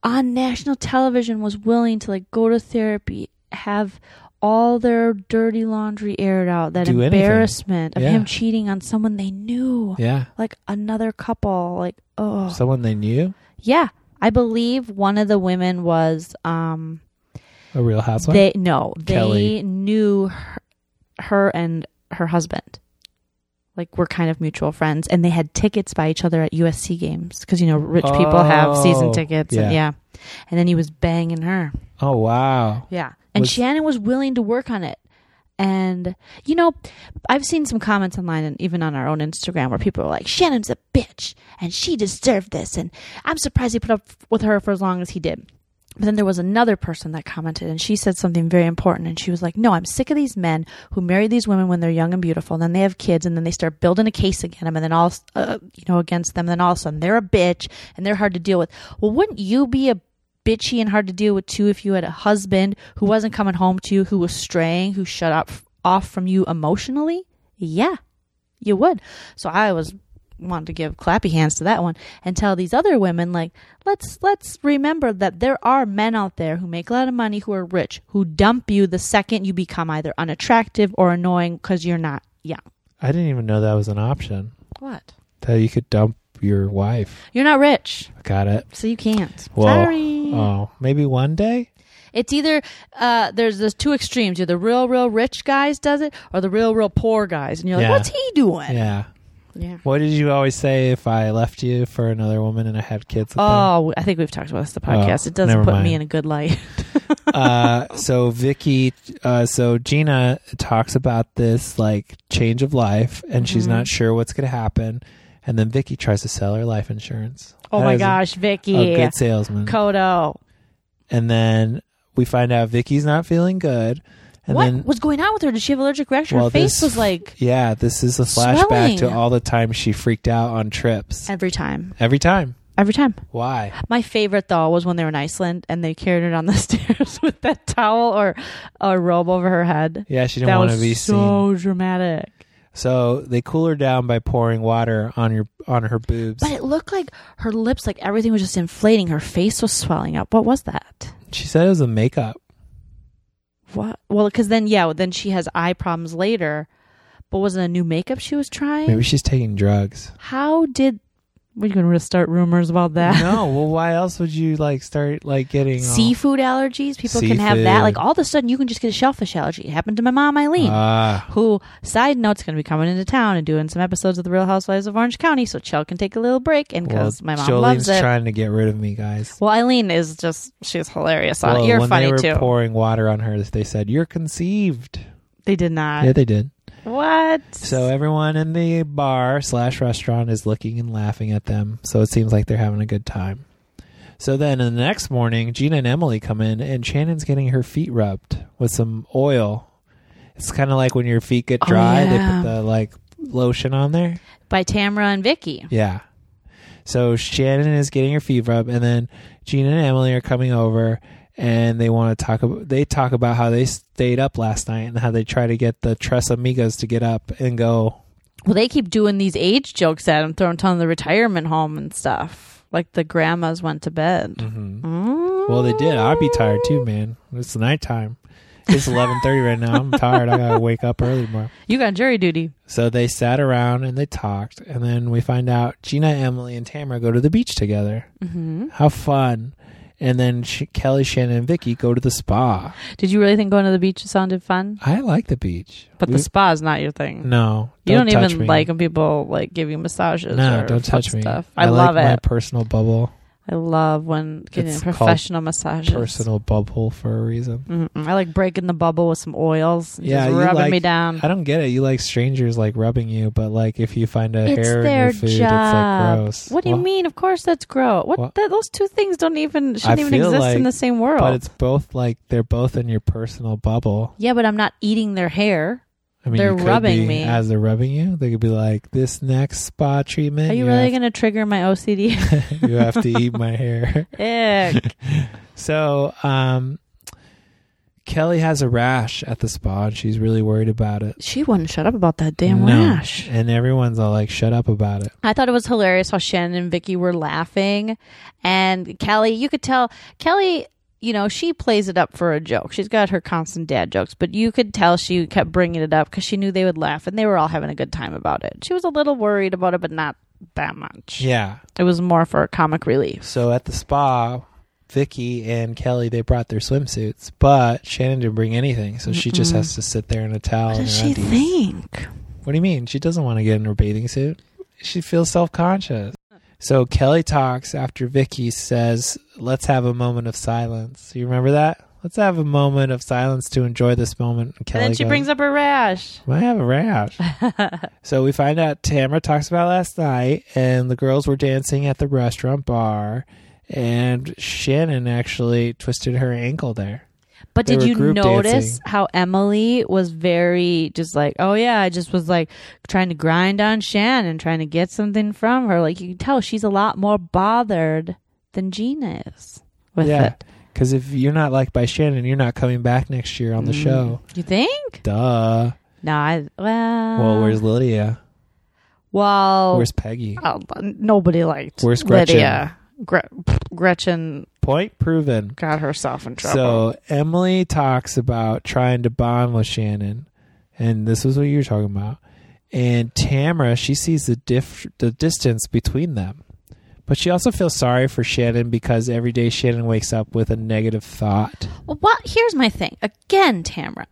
S4: on national television was willing to like go to therapy have all their dirty laundry aired out that
S3: Do anything.
S4: embarrassment of
S3: Yeah.
S4: him cheating on someone they knew
S3: yeah.
S4: like another couple like oh
S3: Someone they knew,
S4: yeah i believe one of the women was um
S3: a Real Housewife.
S4: they no they
S3: Kelly.
S4: knew her, her and her husband like were kind of mutual friends and they had tickets by each other at usc games because you know rich people have season
S3: Oh,
S4: tickets and yeah
S3: yeah.
S4: and then he was banging her
S3: oh wow.
S4: yeah and
S3: Was-
S4: shannon was willing to work on it And you know, I've seen some comments online and even on our own Instagram where people are like, "Shannon's a bitch, and she deserved this." And I'm surprised he put up with her for as long as he did. But then there was another person that commented, and she said something very important. And she was like, No, I'm sick of these men who marry these women when they're young and beautiful, and then they have kids, and then they start building a case against them, and then all, uh, you know, against them, and then all of a sudden they're a bitch and they're hard to deal with. Well, wouldn't you be a bitchy and hard to deal with too if you had a husband who wasn't coming home to you, who was straying, who shut up off from you emotionally? Yeah, you would. So I was wanted to give clappy hands to that one and tell these other women like let's let's remember that there are men out there who make a lot of money who are rich who dump you the second you become either unattractive or annoying cuz you're not young.
S3: I didn't even know that was an option
S4: What?
S3: that you could dump your wife.
S4: You're not rich,
S3: Got it.
S4: so you can't.
S3: Well,
S4: Sorry.
S3: Oh, maybe one day.
S4: It's either uh, there's there's two extremes. You're the real real rich guys does it or the real real poor guys and you're like
S3: Yeah.
S4: what's he doing?
S3: Yeah.
S4: Yeah.
S3: What did you always say if I left you for another woman and I had kids? With them?
S4: Oh, I think we've talked about this in the podcast.
S3: Oh,
S4: it doesn't
S3: never
S4: put
S3: mind.
S4: me in a good light. *laughs*
S3: uh, so Vicky, uh, so Gina talks about this like change of life, and she's
S4: Mhm.
S3: not sure what's going to happen. And then Vicky tries to sell her life insurance.
S4: Oh
S3: That
S4: my
S3: is a-
S4: gosh,
S3: a
S4: Vicky.
S3: good salesman.
S4: Kodo.
S3: and then we find out Vicky's not feeling good. And
S4: what
S3: then
S4: was going on with her? Did she have allergic reaction?
S3: well,
S4: her face
S3: this-
S4: was like
S3: yeah, this is a flashback to
S4: Swelling.
S3: all the times she freaked out on trips.
S4: every time.
S3: Every time.
S4: Every time.
S3: Why?
S4: My favorite though was when they were in Iceland and they carried her down the *laughs* stairs with that towel or a robe over her head.
S3: Yeah, she didn't
S4: That
S3: want to
S4: was
S3: be seen.
S4: so dramatic.
S3: So they cool her down by pouring water on your on her boobs.
S4: But it looked like her lips, like everything was just inflating. Her face was swelling up. What was that?
S3: she said it was a makeup.
S4: What? Well, because then, yeah, then she has eye problems later. But was it a new makeup she was trying?
S3: Maybe she's taking drugs.
S4: How did? We're going to start rumors about that. *laughs*
S3: no, well, why else would you like start like getting all-
S4: Seafood allergies. People can have
S3: Seafood.
S4: that. Like all of a sudden, you can just get a shellfish allergy. It happened to my mom, Eileen.
S3: Ah,
S4: who, side note, is going to be coming into town and doing some episodes of The Real Housewives of Orange County, so Chell can take a little break. And
S3: well,
S4: because my mom
S3: Jolene's
S4: loves it,
S3: trying to get rid of me, guys.
S4: well, Eileen is just she's hilarious on
S3: Well,
S4: it. You're
S3: when
S4: funny
S3: they were
S4: too.
S3: pouring water on her, they said, "You're conceived."
S4: They did not.
S3: yeah, they did.
S4: What?
S3: So everyone in the bar slash restaurant is looking and laughing at them. So it seems like they're having a good time. So then the next morning, Gina and Emily come in, and Shannon's getting her feet rubbed with some oil. It's kind of like when your feet get
S4: Oh,
S3: dry,
S4: yeah.
S3: they put the like lotion on there.
S4: by Tamara and Vicky.
S3: Yeah. So Shannon is getting her feet rubbed, and then Gina and Emily are coming over, and they want to talk. About, they talk about how they stayed up last night and how they try to get the Tres Amigos to get up and go.
S4: Well, they keep doing these age jokes at them, throwing tons of the retirement home and stuff. Like the grandmas went to bed. Mm.
S3: Well, they did. I'd be tired too, man. It's nighttime. It's eleven thirty right now. I'm tired. I gotta wake up early tomorrow.
S4: You got jury duty.
S3: So they sat around and they talked, and then we find out Gina, Emily, and Tamara go to the beach together.
S4: hmm
S3: How fun! And then Sh- Kelly, Shannon, and Vicky go to the spa.
S4: Did you really think going to the beach sounded fun?
S3: I like the beach,
S4: But
S3: We-
S4: the spa's not your thing.
S3: Mm. no,
S4: you don't
S3: touch
S4: even
S3: me.
S4: like when people like give you massages.
S3: No,
S4: or
S3: don't touch
S4: fun
S3: me.
S4: Stuff. I,
S3: like
S4: love
S3: My
S4: it.
S3: personal bubble,
S4: I love when getting
S3: It's called
S4: professional massages.
S3: personal bubble for a reason.
S4: Mm-mm. I like breaking the bubble with some oils. And
S3: Yeah,
S4: just
S3: you
S4: rubbing
S3: like-
S4: me down.
S3: I don't get it. You like strangers like rubbing you, but like if you find a
S4: It's
S3: hair in
S4: their
S3: your food, it's like
S4: job.
S3: gross.
S4: What do you
S3: Well,
S4: mean? Of course, that's gross. What?
S3: Well-
S4: that, those two things don't even shouldn't
S3: I
S4: even
S3: feel
S4: exist
S3: like-
S4: in the same world.
S3: But it's both like they're both in your personal bubble.
S4: yeah, but I'm not eating their hair.
S3: I mean,
S4: They're
S3: you could
S4: rubbing
S3: be-
S4: me.
S3: as they're rubbing you. They could be like, "This next spa treatment,
S4: Are you really going to trigger my OCD?
S3: have, *laughs* you have to eat my hair."
S4: *laughs*
S3: *laughs*
S4: Ick. *laughs*
S3: So, um, Kelly has a rash at the spa, and she's really worried about it.
S4: she wouldn't shut up about that damn
S3: No.
S4: rash.
S3: And everyone's all like, "Shut up about it."
S4: I thought it was hilarious how Shannon and Vicky were laughing, and Kelly. You could tell Kelly. You know, she plays it up for a joke. She's got her constant dad jokes, but you could tell she kept bringing it up because she knew they would laugh, and they were all having a good time about it. She was a little worried about it, but not that much.
S3: Yeah.
S4: It was more for comic relief.
S3: So at the spa, Vicky and Kelly they brought their swimsuits, but Shannon didn't bring anything, so she just
S4: Mm-mm.
S3: has to sit there in a towel.
S4: What
S3: and
S4: does
S3: her
S4: she
S3: undies.
S4: think?
S3: What do you mean? She doesn't want to get in her bathing suit. She feels self conscious. So Kelly talks after Vicky says, Let's have a moment of silence. You remember that? Let's have a moment of silence to enjoy this moment. And,
S4: And
S3: Kelly
S4: then she
S3: goes,
S4: brings up her rash.
S3: I have a rash.
S4: *laughs*
S3: so we find out Tamara talks about last night, and the girls were dancing at the restaurant bar, and Shannon actually twisted her ankle there.
S4: But
S3: They
S4: did
S3: were
S4: you
S3: group
S4: notice
S3: dancing.
S4: how Emily was very just like, oh yeah, I just was like trying to grind on Shannon, trying to get something from her. Like you can tell she's a lot more bothered than Gina is with
S3: yeah,
S4: it.
S3: because if you're not liked by Shannon, you're not coming back next year on the
S4: Mm-hmm.
S3: show.
S4: You think?
S3: Duh.
S4: No, I well.
S3: well, where's Lydia?
S4: well,
S3: Where's Peggy?
S4: Uh, oh, but nobody liked
S3: Where's Gretchen?
S4: Lydia. Gre- Gretchen
S3: Point proven.
S4: got herself in trouble.
S3: So Emily talks about trying to bond with Shannon, and this was what you were talking about. And Tamara, she sees the diff- the distance between them, but she also feels sorry for Shannon because every day Shannon wakes up with a negative thought.
S4: Well, what? Here's my thing. Again, Tamra,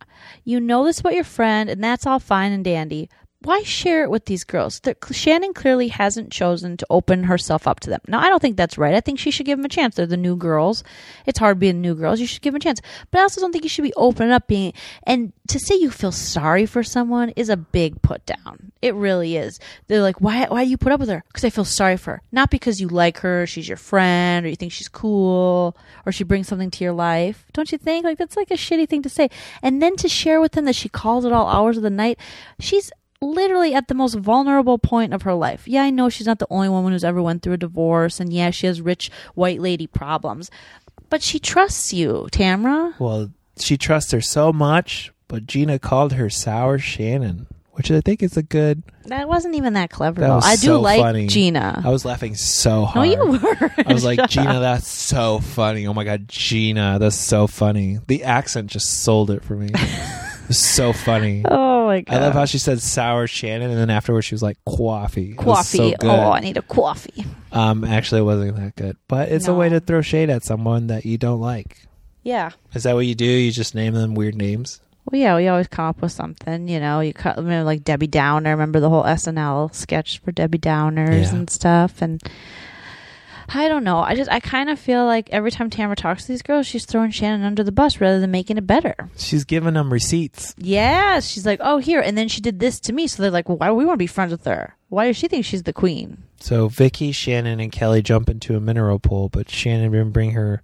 S4: you know this about your friend, and that's all fine and dandy. Why share it with these girls? They're- Shannon clearly hasn't chosen to open herself up to them. Now, I don't think that's right. I think she should give them a chance. They're the new girls. It's hard being new girls. You should give them a chance. But I also don't think you should be opening up being. And to say you feel sorry for someone is a big put down. It really is. They're like, why? Why you put up with her? Because I feel sorry for her, not because you like her. She's your friend, or you think she's cool, or she brings something to your life. Don't you think? Like that's like a shitty thing to say. And then to share with them that she calls at all hours of the night. She's literally at the most vulnerable point of her life. Yeah, I know she's not the only woman who's ever went through a divorce, and yeah, she has rich white lady problems. But she trusts you, Tamra.
S3: Well, she trusts her so much, but Gina called her sour Shannon, which I think is a good.
S4: That wasn't even that clever.
S3: That
S4: though.
S3: was
S4: I do
S3: so
S4: like
S3: funny. I
S4: Gina.
S3: was laughing so
S4: No,
S3: hard.
S4: Oh, you were. *laughs*
S3: I was like, Gina, that's so funny. Oh my God, Gina, that's so funny. The accent just sold
S4: *laughs*
S3: it for me. it was so funny.
S4: Oh my god.
S3: I love how she said sour Shannon, and then afterwards she was like coffee.
S4: coffee. oh, I need a coffee.
S3: um, actually, it wasn't that good, but it's a
S4: No.
S3: way to throw shade at someone that you don't like.
S4: Yeah.
S3: Is that what you do? You just name them weird names?
S4: Well, yeah, we always come up with something, you know. You cut, remember, like Debbie Downer. Remember the whole SNL sketch for Debbie Downers
S3: Yeah.
S4: and stuff. And I don't know. I just, I kind of feel like every time Tamara talks to these girls, she's throwing Shannon under the bus rather than making it better.
S3: She's giving them receipts.
S4: Yes, she's like, oh, here, and then she did this to me. So they're like, well, why do we want to be friends with her? Why does she think she's the queen?
S3: So Vicky, Shannon, and Kelly jump into a mineral pool, but Shannon didn't bring her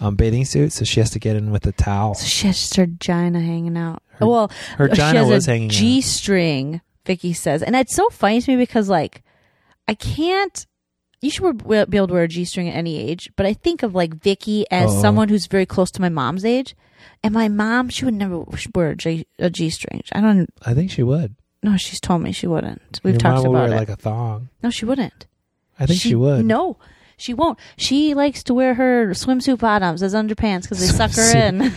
S3: um, bathing suit, so she has to get in with a towel.
S4: So she has just her vagina hanging out.
S3: Her-
S4: well,
S3: Her
S4: she
S3: vagina
S4: has
S3: was
S4: a
S3: hanging out.
S4: G string. Vicky says, and it's so funny to me because like I can't. You should be able to wear a G string at any age, but I think of like Vicky as
S3: Oh.
S4: someone who's very close to my mom's age, and my mom she would never wear a G, a G string. I don't.
S3: I think she would.
S4: No, she's told me she wouldn't. We've
S3: Your
S4: talked
S3: mom would
S4: about
S3: wear
S4: it.
S3: like a thong.
S4: no, she wouldn't.
S3: I think she, would.
S4: No, she won't. She likes to wear her swimsuit bottoms as underpants because they suck
S3: *laughs*
S4: her
S3: *laughs* Swimsuit.
S4: in.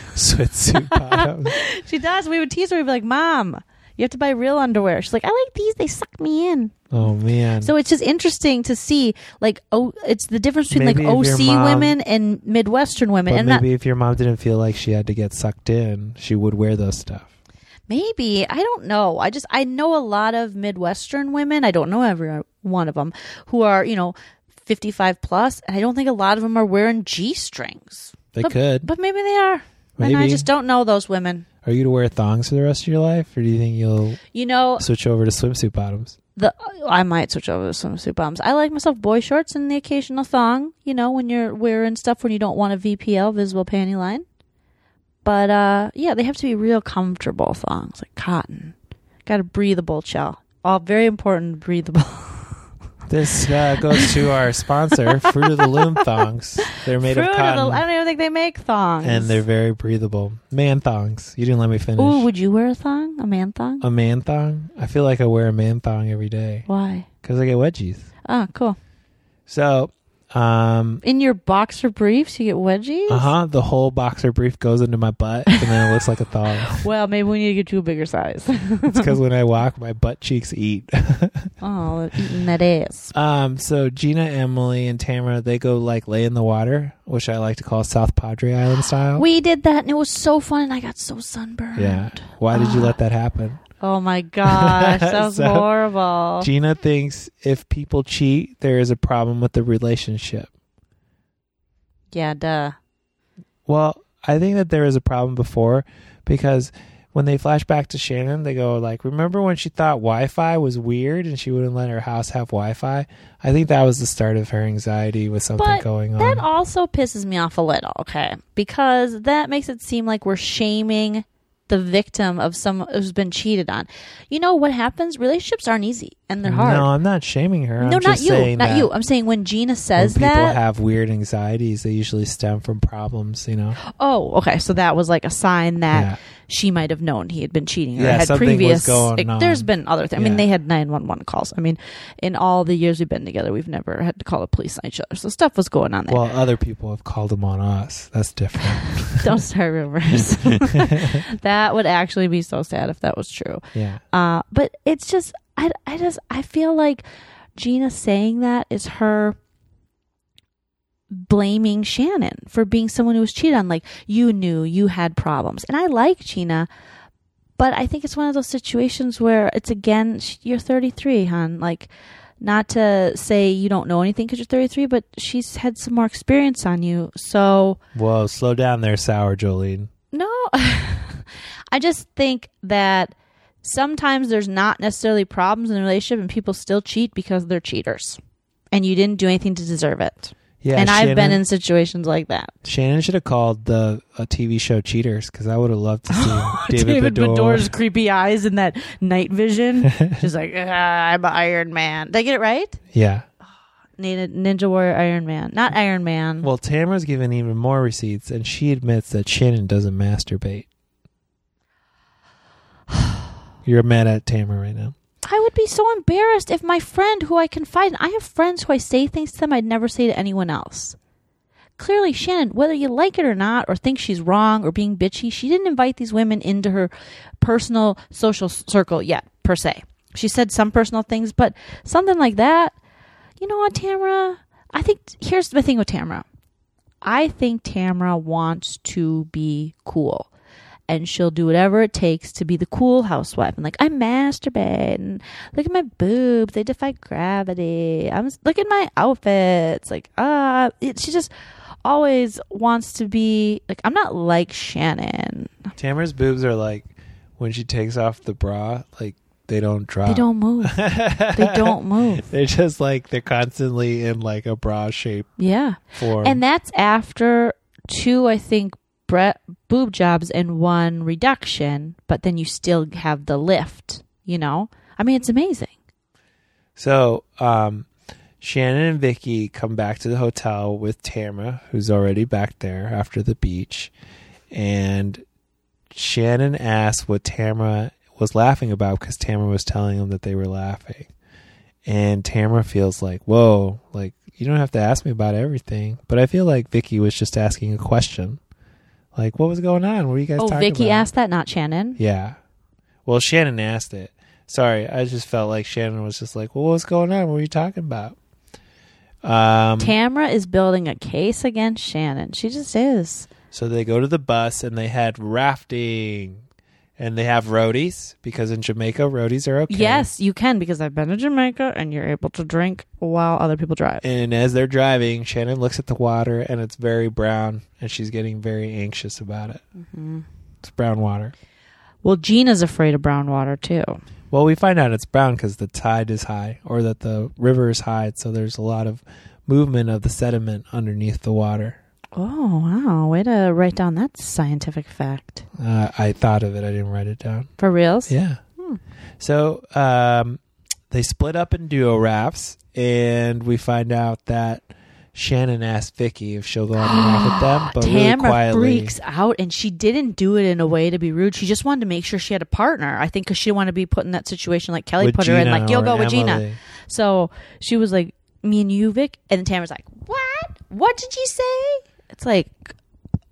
S4: *laughs*
S3: Sweatsuit bottom.
S4: she does. We would tease her. We'd be like, "Mom, you have to buy real underwear." She's like, "I like these. They suck me in."
S3: Oh man.
S4: So it's just interesting to see, like, oh, it's the difference between
S3: Maybe if
S4: like
S3: your
S4: OC
S3: mom-
S4: women and Midwestern women,
S3: but
S4: and
S3: maybe
S4: that
S3: if your mom didn't feel like she had to get sucked in, she would wear those stuff.
S4: maybe I don't know. I just I know a lot of Midwestern women. I don't know every one of them who are you know. 55 plus, and I don't think a lot of them are wearing G strings.
S3: They
S4: But-
S3: could.
S4: But maybe they are.
S3: maybe.
S4: And I just don't know those women.
S3: Are you to wear thongs for the rest of your life, or do you think you'll
S4: You know,
S3: switch over to swimsuit bottoms?
S4: the I might switch over to swimsuit bottoms. I like myself boy shorts and the occasional thong. You know, when you're wearing stuff when you don't want a VPL visible panty line. But uh, yeah, they have to be real comfortable thongs, like cotton. Got a breathable shell. All very important
S3: *laughs*
S4: breathable.
S3: This uh, goes to our
S4: *laughs*
S3: sponsor, Fruit of the Loom thongs. They're made
S4: Fruit
S3: of
S4: the-
S3: cotton,
S4: I don't even think they make thongs.
S3: and they're very breathable. Man thongs. You didn't let me finish.
S4: Ooh, would you wear a thong? A man thong?
S3: a man thong. I feel like I wear a man thong every day
S4: Why?
S3: because I get wedgies.
S4: Oh, cool.
S3: So, um,
S4: In your boxer briefs, you get wedgies.
S3: Uh huh. The whole boxer brief goes into my butt, and then it looks like
S4: *laughs*
S3: a thong.
S4: Well, maybe we need to get you a bigger size.
S3: it's because when I walk, my butt cheeks eat.
S4: *laughs*
S3: *laughs*
S4: oh, eating that ass.
S3: um. So Gina, Emily, and Tamara they go like lay in the water, which I like to call South Padre Island style.
S4: We did that and it was so fun and I got so sunburned.
S3: Oh. yeah. Why did you
S4: Ah.
S3: let that happen?
S4: Oh my
S3: *laughs*
S4: gosh, that was
S3: So-
S4: horrible.
S3: Gina thinks if people cheat, there is a problem with the relationship.
S4: yeah, duh.
S3: Well, I think that there was a problem before because when they flash back to Shannon, they go like, "Remember when she thought Wi-Fi was weird and she wouldn't let her house have Wi-Fi?" I think that was the start of her anxiety with something
S4: But
S3: going on.
S4: That also pisses me off a little, okay? Because that makes it seem like we're shaming the victim of someone who's been cheated on. You know what happens? Relationships aren't easy and they're hard.
S3: No, I'm not shaming her.
S4: No,
S3: I'm
S4: not
S3: just
S4: you.
S3: saying
S4: Not
S3: that
S4: you. I'm saying when Gina says
S3: when people
S4: that.
S3: have weird anxieties, they usually stem from problems. You know,
S4: oh, okay. So that was like a sign that
S3: Yeah.
S4: she might have known he had been cheating or
S3: Yeah,
S4: had
S3: something was
S4: previous.
S3: going
S4: like,
S3: on.
S4: There's been other things. I
S3: Yeah.
S4: mean, they had 911 calls. I mean, in all the years we've been together, we've never had to call the police on each other. So stuff was going on there. *laughs*
S3: well, other people have called them on us. That's different. *laughs*
S4: Don't start rumors. that would actually be so sad if that was true.
S3: Yeah.
S4: Uh, but it's just, I, I just, I feel like Gina saying that is her blaming Shannon for being someone who was cheated on. Like, you knew you had problems. And I like Gina, but I think it's one of those situations where it's again, sh- you're 33, hon. Like, not to say you don't know anything because you're 33, but she's had some more experience on you. So,
S3: Whoa, slow down there, sour Jolene.
S4: no. *laughs* I just think that sometimes there's not necessarily problems in a relationship and people still cheat because they're cheaters. And you didn't do anything to deserve it.
S3: Yeah,
S4: and I've been
S3: Shannon-
S4: in situations like that.
S3: Shannon should have called the a TV show Cheaters because I would have loved
S4: *laughs*
S3: to *laughs* see
S4: David
S3: David, Baddour.
S4: Baddour's creepy eyes and that night
S3: *laughs*
S4: vision. She's like, "Ah, I'm an Iron Man. Did I get it right?
S3: Yeah.
S4: Ninja, Ninja Warrior Iron Man. Not Iron Man.
S3: Well, Tamara's given even more receipts, and she admits that Shannon doesn't masturbate. *sighs* You're mad at Tamara right now.
S4: I would be so embarrassed if my friend who I confide in, I have friends who I say things to them I'd never say to anyone else. Clearly, Shannon, whether you like it or not, or think she's wrong or being bitchy, she didn't invite these women into her personal social s- circle yet, per se. She said some personal things, but something like that. You know what, Tamara? I think here's the thing with Tamara. I think Tamara wants to be cool and she'll do whatever it takes to be the cool housewife. And like, I masturbate and look at my boobs. They defy gravity. I'm s- look at my outfits. Like, ah, it, she just always wants to be like, I'm not like Shannon.
S3: Tamara's boobs are like when she takes off the bra, like they don't drop. *laughs*
S4: They don't move. they don't move.
S3: They're just like they're constantly in like a bra shape
S4: Yeah.
S3: form.
S4: And that's after two, I think, bre- boob jobs and one reduction, but then you still have the lift, you know? I mean, it's amazing.
S3: So, um, Shannon and Vicky come back to the hotel with Tamara, who's already back there after the beach, and Shannon asks what Tamara was laughing about because Tamara was telling him that they were laughing, and Tamara feels like, "Whoa, like you don't have to ask me about everything," but I feel like Vicky was just asking a question, like, "What was going on? What were you guys?"
S4: oh,
S3: talking
S4: Vicky
S3: about?
S4: asked that, not Shannon.
S3: Yeah. Well, Shannon asked it. Sorry, I just felt like Shannon was just like, "Well, what's going on? What are you talking about?" Um.
S4: Tamara is building a case against Shannon. She just is.
S3: so they go to the bus and they had rafting, and they have roadies because in Jamaica roadies are okay.
S4: Yes, you can because I've been to Jamaica and you're able to drink while other people drive.
S3: And as they're driving, Shannon looks at the water and it's very brown, and she's getting very anxious about it.
S4: Mm-hmm.
S3: It's brown water.
S4: Well, Gina's afraid of brown water too.
S3: Well, we find out it's brown because the tide is high or that the river is high, so there's a lot of movement of the sediment underneath the water.
S4: Oh, wow. Way to write down that scientific fact.
S3: Uh, I thought of it. I didn't write it down.
S4: For reals?
S3: Yeah.
S4: Hmm.
S3: So um, they split up in duo rafts, and we find out that Shannon asked Vicky if she'll go on the raft
S4: *gasps*
S3: with them, but really
S4: Tamara
S3: quietly.
S4: freaks out, and she didn't do it in a way to be rude. She just wanted to make sure she had a partner. I think because she didn't want to be put in that situation like Kelly
S3: with
S4: put her in,
S3: Gina
S4: like you'll
S3: or
S4: go with Gina.
S3: Emily.
S4: So she was like, "Me and you, Vic," and then Tamara's like, "What? What did you say?" It's like,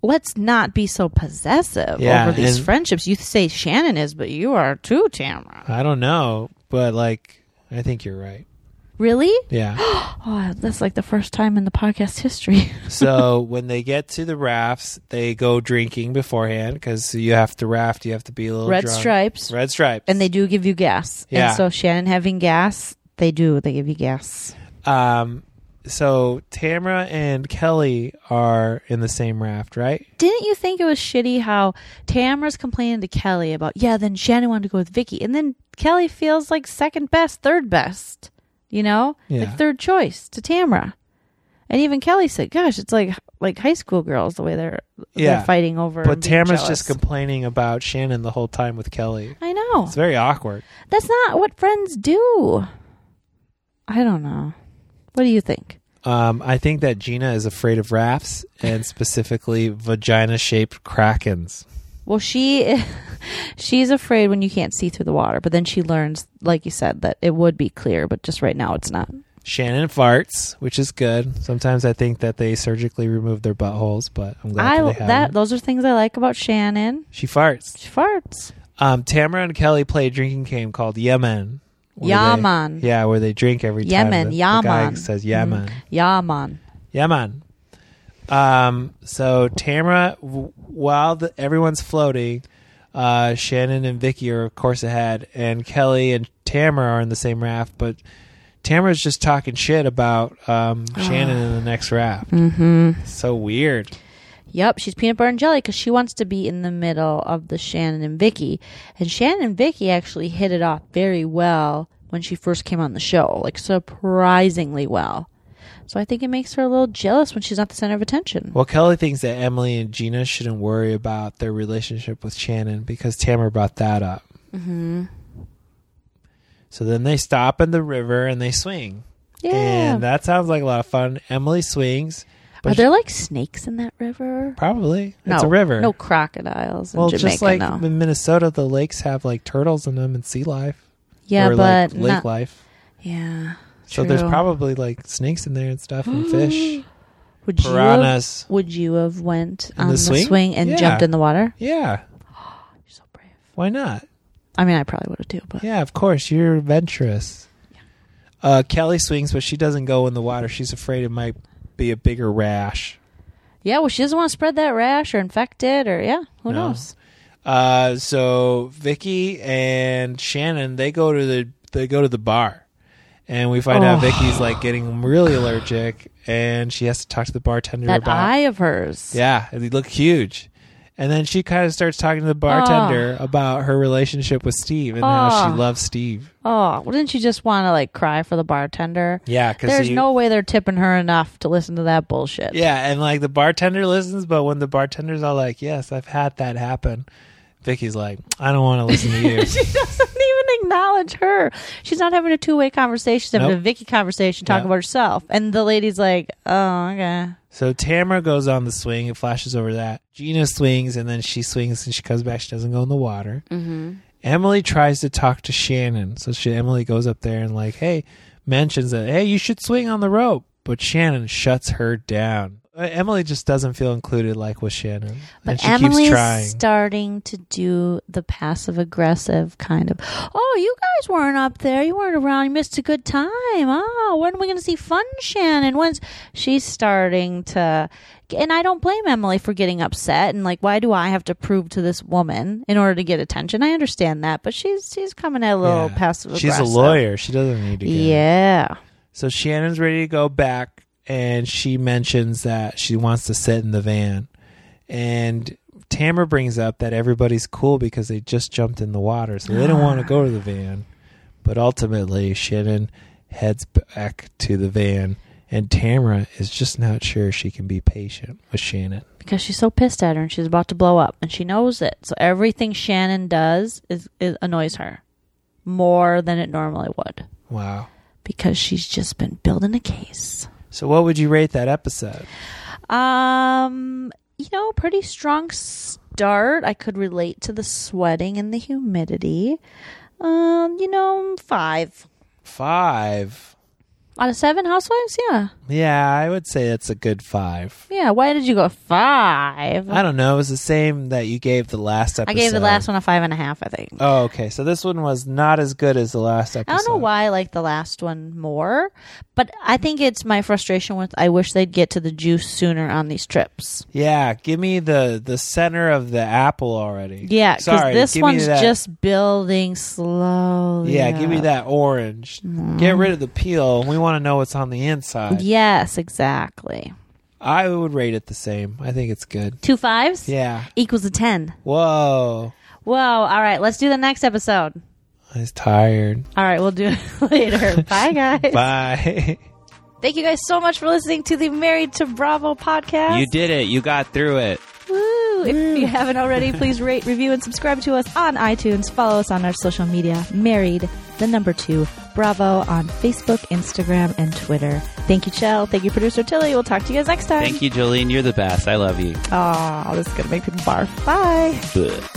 S4: let's not be so possessive
S3: Yeah,
S4: over these
S3: and-
S4: friendships. You say Shannon is, but you are too, Tamara.
S3: I don't know, but like, I think you're right.
S4: Really?
S3: Yeah.
S4: Oh, that's like the first time in the podcast
S3: *laughs*
S4: history.
S3: so when they get to the rafts, they go drinking beforehand because you have to raft, you have to be a little
S4: Red
S3: drunk.
S4: stripes.
S3: Red stripes.
S4: and they do give you gas.
S3: Yeah.
S4: And so Shannon having gas, they do. They give you gas.
S3: um, so Tamara and Kelly are in the same raft, right?
S4: Didn't you think it was shitty how Tamara's complaining to Kelly about, yeah, then Shannon wanted to go with Vicky. And then Kelly feels like second best, third best, you know?
S3: Yeah.
S4: Like third choice to Tamara. And even Kelly said, gosh, it's like like high school girls the way they're,
S3: Yeah.
S4: they're fighting over.
S3: But
S4: and being
S3: Tamara's
S4: jealous."
S3: just complaining about Shannon the whole time with Kelly.
S4: I know.
S3: It's very awkward.
S4: That's not what friends do. I don't know. What do you think?
S3: Um, I think that Gina is afraid of rafts
S4: *laughs*
S3: and specifically vagina-shaped krakens.
S4: Well, she *laughs* she's afraid when you can't see through the water, but then she learns, like you said, that it would be clear, but just right now it's not.
S3: Shannon farts, which is good. Sometimes I think that they surgically remove their buttholes, but I'm glad that
S4: I
S3: they have
S4: that those are things I like about Shannon.
S3: She farts.
S4: She farts.
S3: Um, Tamara and Kelly play a drinking game called Yemen. where they-
S4: Yaman.
S3: yeah, where they drink every
S4: Yemen,
S3: time. the- The guy
S4: Yaman.
S3: says
S4: Mhm.
S3: Yemen.
S4: Yaman.
S3: Yemen. Um, so Tamara, w- while the, everyone's floating, uh, Shannon and Vicky are of course ahead, and Kelly and Tamara are in the same raft, but Tamara's just talking shit about um, Shannon
S4: *sighs*
S3: in the next raft.
S4: Mm-hmm.
S3: So weird.
S4: Yep, she's peanut butter and jelly because she wants to be in the middle of the Shannon and Vicky. And Shannon and Vicky actually hit it off very well when she first came on the show, like surprisingly well. So I think it makes her a little jealous when she's not the center of attention.
S3: Well, Kelly thinks that Emily and Gina shouldn't worry about their relationship with Shannon because Tamara brought that up.
S4: Mm-hmm.
S3: So then they stop in the river and they swing.
S4: Yeah.
S3: And that sounds like a lot of fun. Emily swings.
S4: Are there like snakes in that river?
S3: Probably.
S4: No,
S3: It's a river.
S4: No crocodiles in
S3: well,
S4: Jamaica.
S3: just like
S4: no.
S3: in Minnesota, the lakes have like turtles in them and sea life.
S4: yeah,
S3: or,
S4: but
S3: like, lake
S4: not-
S3: life.
S4: yeah.
S3: So there's
S4: true.
S3: probably like snakes in there and stuff and
S4: *gasps*
S3: fish,
S4: would you have,
S3: piranhas.
S4: would you have went
S3: In
S4: on
S3: the
S4: the
S3: swing?
S4: swing, and
S3: Yeah.
S4: jumped in the water?
S3: Yeah.
S4: You're so brave.
S3: Why not?
S4: I mean, I probably would have too, but
S3: Yeah, of course. You're adventurous. Uh, Kelly swings, but she doesn't go in the water. She's afraid it might be a bigger rash.
S4: Yeah, well, she doesn't want to spread that rash or infect it or, yeah, who
S3: No.
S4: knows?
S3: Uh, so Vicky and Shannon they go to the they go to the bar, and we find out
S4: Oh.
S3: Vicky's like
S4: *sighs*
S3: getting really allergic, and she has to talk to the bartender
S4: That
S3: about
S4: eye of hers.
S3: yeah, and they look huge. And then she kind of starts talking to the bartender about her relationship with Steve and how she
S4: Oh.
S3: loves Steve.
S4: Oh, well, didn't you just want to, like, cry for the bartender?
S3: Yeah, because
S4: There's no way they're tipping her enough to listen to that bullshit.
S3: Yeah, and like the bartender listens, but when the bartender's all like, "Yes, I've had that happen," Vicky's like, "I don't want to listen to
S4: *laughs*
S3: you."
S4: she doesn't even acknowledge her. She's not having a two way conversation. She's having
S3: Nope.
S4: a Vicky conversation talking
S3: Yeah.
S4: about herself. And the lady's like, oh, okay.
S3: So Tamara goes on the swing. It flashes over that. Gina swings, and then she swings, and she comes back. She doesn't go in the water. Mm-hmm. Emily tries to talk to Shannon. So she, Emily goes up there and like, hey, mentions that hey, you should swing on the rope. But Shannon shuts her down. Uh, Emily just doesn't feel included like with Shannon, and
S4: But
S3: she
S4: Emily's
S3: keeps trying.
S4: starting to do the passive aggressive kind of, oh, you guys weren't up there. You weren't around. You missed a good time. Oh, when are we going to see fun, Shannon? When's she's starting to, and I don't blame Emily for getting upset and like, why do I have to prove to this woman in order to get attention? I understand that, but she's she's coming at a little
S3: Yeah.
S4: passive aggressive.
S3: She's a lawyer. She doesn't need to. Get
S4: Yeah.
S3: So Shannon's ready to go back, and she mentions that she wants to sit in the van. And Tamara brings up that everybody's cool because they just jumped in the water, so they don't want to go to the van. But ultimately, Shannon heads back to the van, and Tamara is just not sure she can be patient with Shannon.
S4: because she's so pissed at her and she's about to blow up and she knows it. So everything Shannon does is, is annoys her more than it normally would
S3: Wow.
S4: because she's just been building a case.
S3: So, what would you rate that episode?
S4: Um, you know, pretty strong start. I could relate to the sweating and the humidity. Um, you know, 5
S3: Five.
S4: out of 7 housewives, yeah.
S3: Yeah, I would say that's a good five.
S4: Yeah, why did you go 5?
S3: I don't know. It was the same that you gave the last episode.
S4: I gave the last one a five and a half, I think.
S3: Oh, okay. So this one was not as good as the last episode.
S4: I don't know why I like the last one more, but I think it's my frustration with I wish they'd get to the juice sooner on these trips.
S3: Yeah, give me the the center of the apple already.
S4: Yeah, because
S3: Sorry,
S4: this
S3: give me
S4: one's
S3: that-
S4: just building slowly.
S3: Yeah, give me
S4: up.
S3: that orange. Get rid of the peel. We want to know what's on the inside.
S6: Yes, exactly.
S3: I would rate it the same. I think it's good.
S6: Two fives
S3: Yeah.
S6: equals a 10.
S3: Whoa.
S6: Whoa. All right. Let's do the next episode.
S3: I was tired.
S6: All right. We'll do
S4: *laughs*
S6: it later. Bye, guys.
S3: Bye. *laughs*
S6: Thank you guys so much for listening to the Married to Bravo podcast.
S2: You did it. You got through it.
S6: Woo! If you haven't already, please rate, review, and subscribe to us on iTunes. Follow us on our social media, Married, the number two, Bravo, on Facebook, Instagram, and Twitter. Thank you, Chell. Thank you, producer Tilly. We'll talk to you guys next time.
S2: Thank you, Jolene. You're the best. I love you.
S6: Oh, this is going to make people barf. Bye.
S2: Blech.